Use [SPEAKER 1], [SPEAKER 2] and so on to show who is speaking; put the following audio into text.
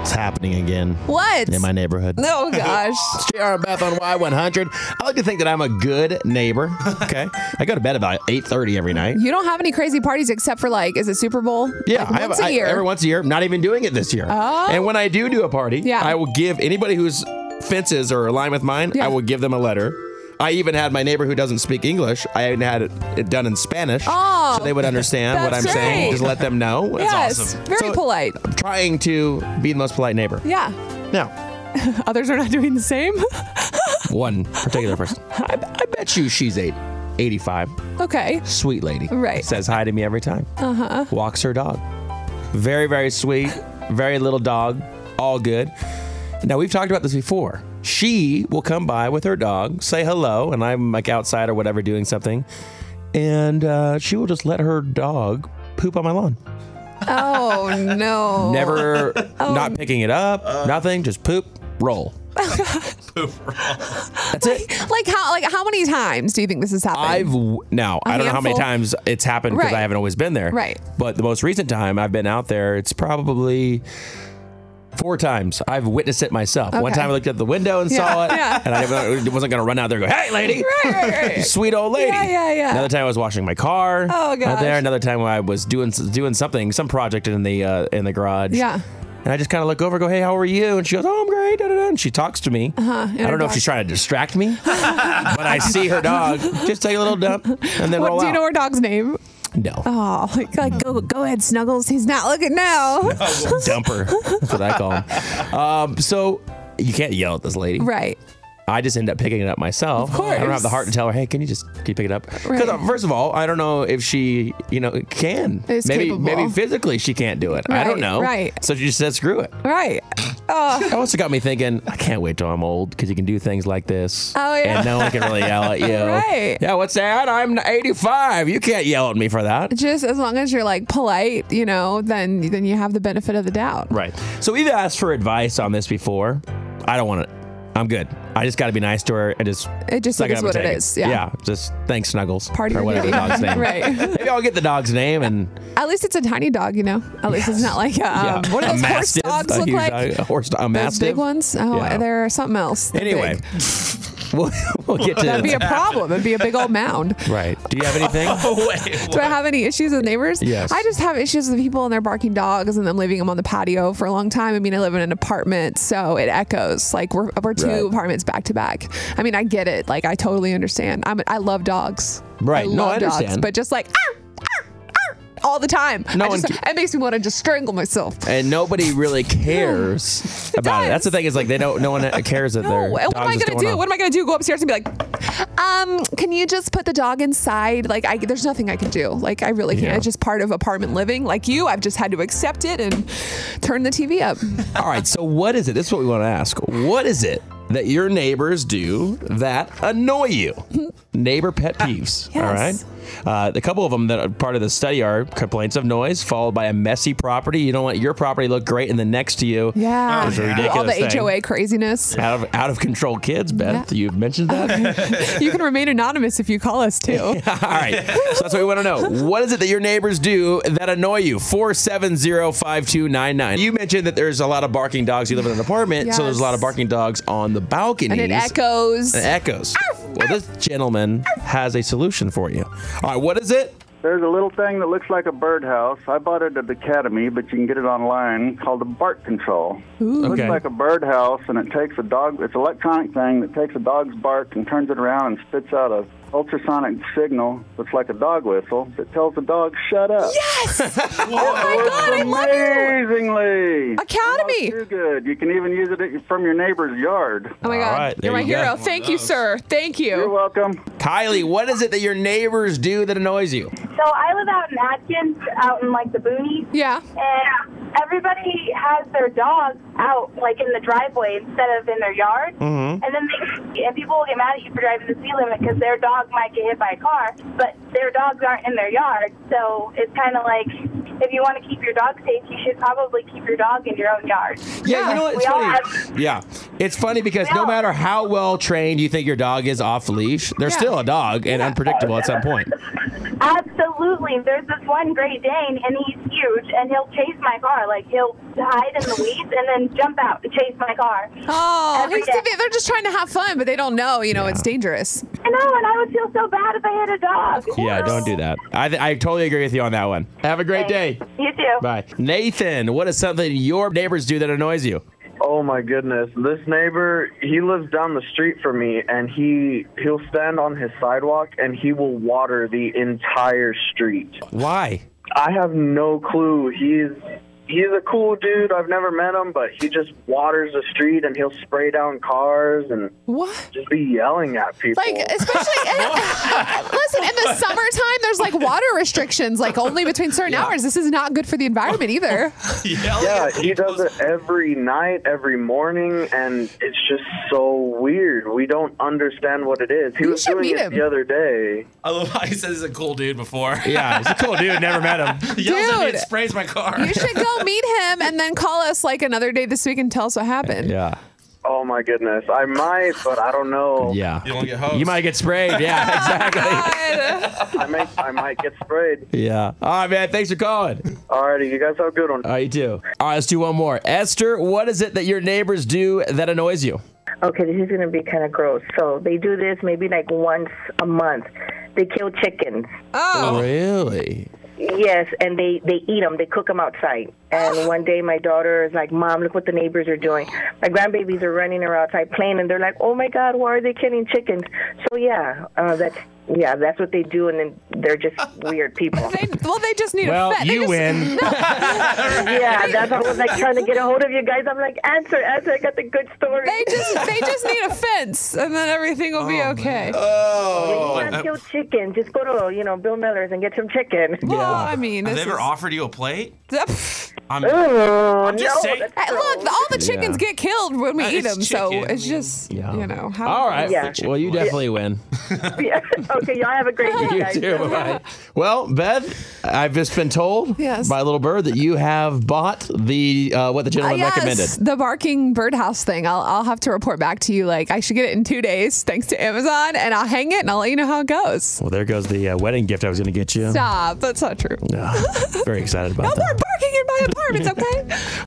[SPEAKER 1] happening again
[SPEAKER 2] What?
[SPEAKER 1] in my neighborhood.
[SPEAKER 2] oh gosh.
[SPEAKER 1] It's JR and Beth on Y100. I like to think that I'm a good neighbor. Okay. I go to bed about 8.30 every night.
[SPEAKER 2] You don't have any crazy parties except for like, is it Super Bowl?
[SPEAKER 1] Yeah,
[SPEAKER 2] like,
[SPEAKER 1] I have
[SPEAKER 2] once a
[SPEAKER 1] I-
[SPEAKER 2] year.
[SPEAKER 1] every once a year. Not even doing it this year.
[SPEAKER 2] Oh.
[SPEAKER 1] And when I do do a party,
[SPEAKER 2] Yeah.
[SPEAKER 1] I will give anybody whose fences are aligned with mine.
[SPEAKER 2] Yeah.
[SPEAKER 1] I will give them a letter. I even had my neighbor who doesn't speak English. I even had it, it done in Spanish,
[SPEAKER 2] Oh,
[SPEAKER 1] so they would understand what I'm
[SPEAKER 2] that's
[SPEAKER 1] saying.
[SPEAKER 2] great.
[SPEAKER 1] Just let them know. That's
[SPEAKER 2] yes.
[SPEAKER 1] awesome.
[SPEAKER 2] Very
[SPEAKER 1] So-
[SPEAKER 2] polite.
[SPEAKER 1] I'm trying to be the most polite neighbor.
[SPEAKER 2] Yeah.
[SPEAKER 1] Now,
[SPEAKER 2] Others are not doing the same.
[SPEAKER 1] one particular person. I, I bet you she's eight, 85.
[SPEAKER 2] okay.
[SPEAKER 1] sweet lady.
[SPEAKER 2] Right.
[SPEAKER 1] Says hi to me every time. Uh huh. Walks her dog. Very, very sweet. Very little dog. All good. Now, we've talked about this before. She will come by with her dog, say hello, and I'm like outside or whatever doing something. And uh, she will just let her dog poop on my lawn.
[SPEAKER 2] Oh no.
[SPEAKER 1] Never, not picking it up, nothing, just poop, roll. That's it.
[SPEAKER 2] Like how like how many times do you think this has happened?
[SPEAKER 1] I've w- now I I don't know how many
[SPEAKER 2] handful?
[SPEAKER 1] times it's happened because
[SPEAKER 2] Right.
[SPEAKER 1] I haven't always been there.
[SPEAKER 2] Right.
[SPEAKER 1] But the most recent time I've been out there, it's probably four times. I've witnessed it myself. One
[SPEAKER 2] Okay.
[SPEAKER 1] time I looked out the window and
[SPEAKER 2] Yeah,
[SPEAKER 1] saw it,
[SPEAKER 2] yeah.
[SPEAKER 1] and I didn't- wasn't going to run out there and go, "Hey, lady."
[SPEAKER 2] Right, right, right.
[SPEAKER 1] You Sweet old lady.
[SPEAKER 2] Yeah, yeah, yeah.
[SPEAKER 1] Another time I was washing my car.
[SPEAKER 2] Oh,
[SPEAKER 1] out
[SPEAKER 2] gosh.
[SPEAKER 1] there. Another time I was doing doing something, some project in the uh, in the garage.
[SPEAKER 2] Yeah.
[SPEAKER 1] And I just kind of look over, go, "Hey, how are you?" And she goes, "Oh, I'm great." Da, da, da. And she talks to me. Uh-huh. I
[SPEAKER 2] her
[SPEAKER 1] don't know if
[SPEAKER 2] dog.
[SPEAKER 1] she's trying to distract me, but I see her dog just take a little dump and then
[SPEAKER 2] What-
[SPEAKER 1] roll
[SPEAKER 2] do you
[SPEAKER 1] out.
[SPEAKER 2] know her dog's name?
[SPEAKER 1] no.
[SPEAKER 2] Oh, like, like, go go ahead, Snuggles. He's not looking now.
[SPEAKER 1] Dumper. That's what I call him. Um, so you can't yell at this lady.
[SPEAKER 2] Right.
[SPEAKER 1] I just end up picking it up myself.
[SPEAKER 2] Of course.
[SPEAKER 1] I don't have the heart to tell her, hey, can you just can you pick it up? Because
[SPEAKER 2] Right.
[SPEAKER 1] first of all, I don't know if she, you know, can.
[SPEAKER 2] Is
[SPEAKER 1] maybe
[SPEAKER 2] capable.
[SPEAKER 1] maybe physically she can't do it. I
[SPEAKER 2] Right,
[SPEAKER 1] don't know.
[SPEAKER 2] right.
[SPEAKER 1] So she just said, screw it.
[SPEAKER 2] Right. Oh,
[SPEAKER 1] It also got me thinking, I can't wait till I'm old because you can do things like this.
[SPEAKER 2] Oh, yeah.
[SPEAKER 1] And no one can really yell at you.
[SPEAKER 2] Right.
[SPEAKER 1] Yeah, what's that? I'm 85. You can't yell at me for that.
[SPEAKER 2] just as long as you're like polite, you know, then then you have the benefit of the doubt.
[SPEAKER 1] Right. So we've asked for advice on this before. I don't want it. I'm good. I just got to be nice to her and just.
[SPEAKER 2] It just
[SPEAKER 1] suck
[SPEAKER 2] is
[SPEAKER 1] up and
[SPEAKER 2] what it
[SPEAKER 1] take
[SPEAKER 2] is. Yeah.
[SPEAKER 1] Just thanks, Snuggles.
[SPEAKER 2] Party
[SPEAKER 1] or
[SPEAKER 2] with
[SPEAKER 1] whatever the
[SPEAKER 2] Judy.
[SPEAKER 1] dog's name.
[SPEAKER 2] Right.
[SPEAKER 1] Maybe I'll get the dog's name and
[SPEAKER 2] At least it's a tiny dog, you know. At least it's not like um,
[SPEAKER 1] yeah.
[SPEAKER 2] what do
[SPEAKER 1] a
[SPEAKER 2] those horse
[SPEAKER 1] mastiff,
[SPEAKER 2] dogs
[SPEAKER 1] a
[SPEAKER 2] look
[SPEAKER 1] huge
[SPEAKER 2] like?
[SPEAKER 1] dog- a horse, dog- a
[SPEAKER 2] Those
[SPEAKER 1] mastiff.
[SPEAKER 2] big ones. Oh,
[SPEAKER 1] Yeah.
[SPEAKER 2] they're something else. They're
[SPEAKER 1] Anyway,
[SPEAKER 2] big.
[SPEAKER 1] we'll, we'll get to
[SPEAKER 2] that'd be a problem. It'd be a big old mound.
[SPEAKER 1] right. Do you have anything?
[SPEAKER 2] Do I have any issues with neighbors?
[SPEAKER 1] Yes.
[SPEAKER 2] I just have issues with people and their barking dogs and them leaving them on the patio for a long time. I mean, I live in an apartment, so it echoes. Like we're, we're two
[SPEAKER 1] Right.
[SPEAKER 2] apartments back to back. I mean, I get it. Like I totally understand. I'm, I love dogs.
[SPEAKER 1] Right.
[SPEAKER 2] I
[SPEAKER 1] No,
[SPEAKER 2] love
[SPEAKER 1] I
[SPEAKER 2] Dogs,
[SPEAKER 1] understand.
[SPEAKER 2] but just like "Arr, arr, arr," all the time.
[SPEAKER 1] No
[SPEAKER 2] I
[SPEAKER 1] one
[SPEAKER 2] just,
[SPEAKER 1] ca-
[SPEAKER 2] it makes me want to just strangle myself.
[SPEAKER 1] and nobody really cares about it. That's the thing is like they don't. No one cares that
[SPEAKER 2] No,
[SPEAKER 1] their
[SPEAKER 2] what am
[SPEAKER 1] dog's
[SPEAKER 2] I
[SPEAKER 1] just
[SPEAKER 2] gonna
[SPEAKER 1] going
[SPEAKER 2] do?
[SPEAKER 1] off.
[SPEAKER 2] What am I gonna do? Go upstairs and be like, um, can you just put the dog inside? Like, I there's nothing I can do. Like, I really can't.
[SPEAKER 1] Yeah.
[SPEAKER 2] It's just part of apartment living. Like you, I've just had to accept it and turn the TV up.
[SPEAKER 1] All right, so what is it? This is what we want to ask. What is it that your neighbors do that annoy you? Neighbor pet peeves. All right.
[SPEAKER 2] Ah, Yes.
[SPEAKER 1] Uh, the couple of them that are part of the study are complaints of noise, followed by a messy property. You don't want your property to look great, and then next to you,
[SPEAKER 2] Yeah,
[SPEAKER 1] It's a
[SPEAKER 2] all the
[SPEAKER 1] ridiculous thing.
[SPEAKER 2] HOA craziness.
[SPEAKER 1] out of out of control kids. Beth, you've mentioned that.
[SPEAKER 2] you can remain anonymous if you call us too.
[SPEAKER 1] All right, so that's what we want to know. What is it that your neighbors do that annoy you? Four seven zero five two nine nine. You mentioned that there's a lot of barking dogs. You live in an apartment, so there's a lot of
[SPEAKER 2] Yes.
[SPEAKER 1] barking dogs on the balcony.
[SPEAKER 2] And it echoes.
[SPEAKER 1] It echoes. Well, this gentleman has a solution for you. All right, what is it?
[SPEAKER 3] There's a little thing that looks like a birdhouse. I bought it at the Academy, but you can get it online called the Bark Control. It looks
[SPEAKER 1] Okay.
[SPEAKER 3] like a birdhouse, and it takes a dog. It's an electronic thing that takes a dog's bark and turns it around and spits out a ultrasonic signal that's like a dog whistle that tells the dog shut up.
[SPEAKER 2] oh my god, I love you.
[SPEAKER 3] Amazingly.
[SPEAKER 2] Academy.
[SPEAKER 3] Almost Too good. You can even use it at- from your neighbor's yard.
[SPEAKER 2] Oh my
[SPEAKER 1] All
[SPEAKER 2] god,
[SPEAKER 1] right, there
[SPEAKER 2] you're my
[SPEAKER 1] you go.
[SPEAKER 2] hero. Thank you, sir. Thank
[SPEAKER 3] You're
[SPEAKER 2] you.
[SPEAKER 3] welcome.
[SPEAKER 1] Kylie, what is it that your neighbors do that annoys you?
[SPEAKER 4] So I live out in Atkins, out in like the boonies,
[SPEAKER 2] Yeah.
[SPEAKER 4] and everybody has their dogs out like in the driveway instead of in their yard. Mm-hmm. And then they, and people will get mad at you for driving the speed limit because their dog might get hit by a car, but their dogs aren't in their yard. So it's kind of like if you want to keep your dog safe, you should probably keep your dog in your own yard.
[SPEAKER 1] Yeah, you know what? It's
[SPEAKER 4] We all
[SPEAKER 1] funny.
[SPEAKER 4] have-
[SPEAKER 1] yeah, it's funny because no
[SPEAKER 4] all-
[SPEAKER 1] matter how well trained you think your dog is off leash, they're
[SPEAKER 2] Yeah.
[SPEAKER 1] still a dog and unpredictable at some point.
[SPEAKER 4] Absolutely. There's this one Great Dane, and he's huge, and he'll chase my car. Like he'll hide in the weeds and then jump out to chase my car.
[SPEAKER 2] Oh,
[SPEAKER 4] Every
[SPEAKER 2] it's-
[SPEAKER 4] day.
[SPEAKER 2] they're just trying to have fun, but they don't know, you know, it's dangerous.
[SPEAKER 4] I know, and I would feel so bad if I hit a dog.
[SPEAKER 1] Yeah, don't do that. I, th- I totally agree with you on that one. Have a great day.
[SPEAKER 4] You too.
[SPEAKER 1] Bye. Nathan, what is something your neighbors do that annoys you?
[SPEAKER 5] Oh my goodness. This neighbor, he lives down the street from me and he he'll stand on his sidewalk and he will water the entire street.
[SPEAKER 1] Why?
[SPEAKER 5] I have no clue. He's he's a cool dude. I've never met him, but he just waters the street and he'll spray down cars and
[SPEAKER 2] What?
[SPEAKER 5] just be yelling at people.
[SPEAKER 2] Like, especially, listen, in the summertime, there's like water restrictions, like only between certain hours. This is not good for the environment either.
[SPEAKER 6] Yelling
[SPEAKER 5] yeah,
[SPEAKER 6] at
[SPEAKER 5] he does
[SPEAKER 6] people's-
[SPEAKER 5] it every night, every morning, and it's just so weird. We don't understand what it is. He
[SPEAKER 2] You
[SPEAKER 5] was
[SPEAKER 2] should
[SPEAKER 5] doing
[SPEAKER 2] meet
[SPEAKER 5] it
[SPEAKER 2] him.
[SPEAKER 5] the other day.
[SPEAKER 6] I love how he says he's a cool dude before.
[SPEAKER 1] Yeah, he's a cool dude. Never met him.
[SPEAKER 6] He Yells at me
[SPEAKER 2] Dude.
[SPEAKER 6] and sprays my car.
[SPEAKER 2] You should go meet him and then call us like another day this week and tell us what happened.
[SPEAKER 1] Yeah.
[SPEAKER 5] Oh my goodness. I might, but I don't know.
[SPEAKER 1] Yeah.
[SPEAKER 6] You don't get hosed.
[SPEAKER 1] You might get sprayed. Yeah, exactly.
[SPEAKER 2] God.
[SPEAKER 5] I might I might get sprayed.
[SPEAKER 1] yeah. All right, man. Thanks for calling.
[SPEAKER 5] Alrighty, you guys have a good one.
[SPEAKER 1] All right, you too. All right, let's do one more. Esther, what is it that your neighbors do that annoys you?
[SPEAKER 7] Okay, this is going to be kind of gross. So they do this maybe like once a month. They kill chickens.
[SPEAKER 2] Oh,
[SPEAKER 1] Really?
[SPEAKER 7] Yes, and they they eat them. They cook them outside. And one day, my daughter is like, "Mom, look what the neighbors are doing. My grandbabies are running around outside playing, and they're like, "Oh my God, why are they killing chickens?" So yeah, uh, that's yeah, that's what they do, and then they're just weird people.
[SPEAKER 2] they, well, they just need
[SPEAKER 8] Well,
[SPEAKER 2] a vet. They
[SPEAKER 8] you
[SPEAKER 2] just-
[SPEAKER 8] win.
[SPEAKER 7] yeah, that's why I was like trying to get a hold of you guys. I'm like, answer, answer. I got the good story.
[SPEAKER 2] They just they just need a fence, and then everything will be okay.
[SPEAKER 6] Oh.
[SPEAKER 7] you
[SPEAKER 6] Have
[SPEAKER 7] can't kill chicken. Just go to you know Bill Miller's and get some chicken.
[SPEAKER 2] Well, I mean,
[SPEAKER 6] they
[SPEAKER 2] this
[SPEAKER 6] ever
[SPEAKER 2] is-
[SPEAKER 6] offered you a plate? I'm,
[SPEAKER 7] Oh,
[SPEAKER 6] just
[SPEAKER 7] no,
[SPEAKER 6] saying-
[SPEAKER 7] that's
[SPEAKER 2] Hey, look, all the chickens
[SPEAKER 1] Yeah.
[SPEAKER 2] get killed when we
[SPEAKER 6] Uh,
[SPEAKER 2] eat
[SPEAKER 6] it's
[SPEAKER 2] them, so
[SPEAKER 6] chicken,
[SPEAKER 2] it's
[SPEAKER 6] I mean-
[SPEAKER 2] just you know. How,
[SPEAKER 1] All right.
[SPEAKER 7] Yeah.
[SPEAKER 1] Well, you definitely win.
[SPEAKER 7] Yeah. okay, y'all have a great day,
[SPEAKER 1] You
[SPEAKER 7] guys.
[SPEAKER 1] too. Bye. Well, Beth, I've just been told
[SPEAKER 2] Yes.
[SPEAKER 1] by Little Bird that you have bought the uh, what the
[SPEAKER 2] Uh,
[SPEAKER 1] gentleman
[SPEAKER 2] yes,
[SPEAKER 1] recommended.
[SPEAKER 2] the barking birdhouse thing. I'll, I'll have to report back to you. Like I should get it in two days, thanks to Amazon, and I'll hang it and I'll let you know how it goes.
[SPEAKER 8] Well, there goes the uh, wedding gift I was
[SPEAKER 1] Mm.
[SPEAKER 8] going to get you.
[SPEAKER 2] Stop. That's not true.
[SPEAKER 8] Ah, very excited about
[SPEAKER 2] No
[SPEAKER 8] that.
[SPEAKER 2] more barking in my apartments, okay?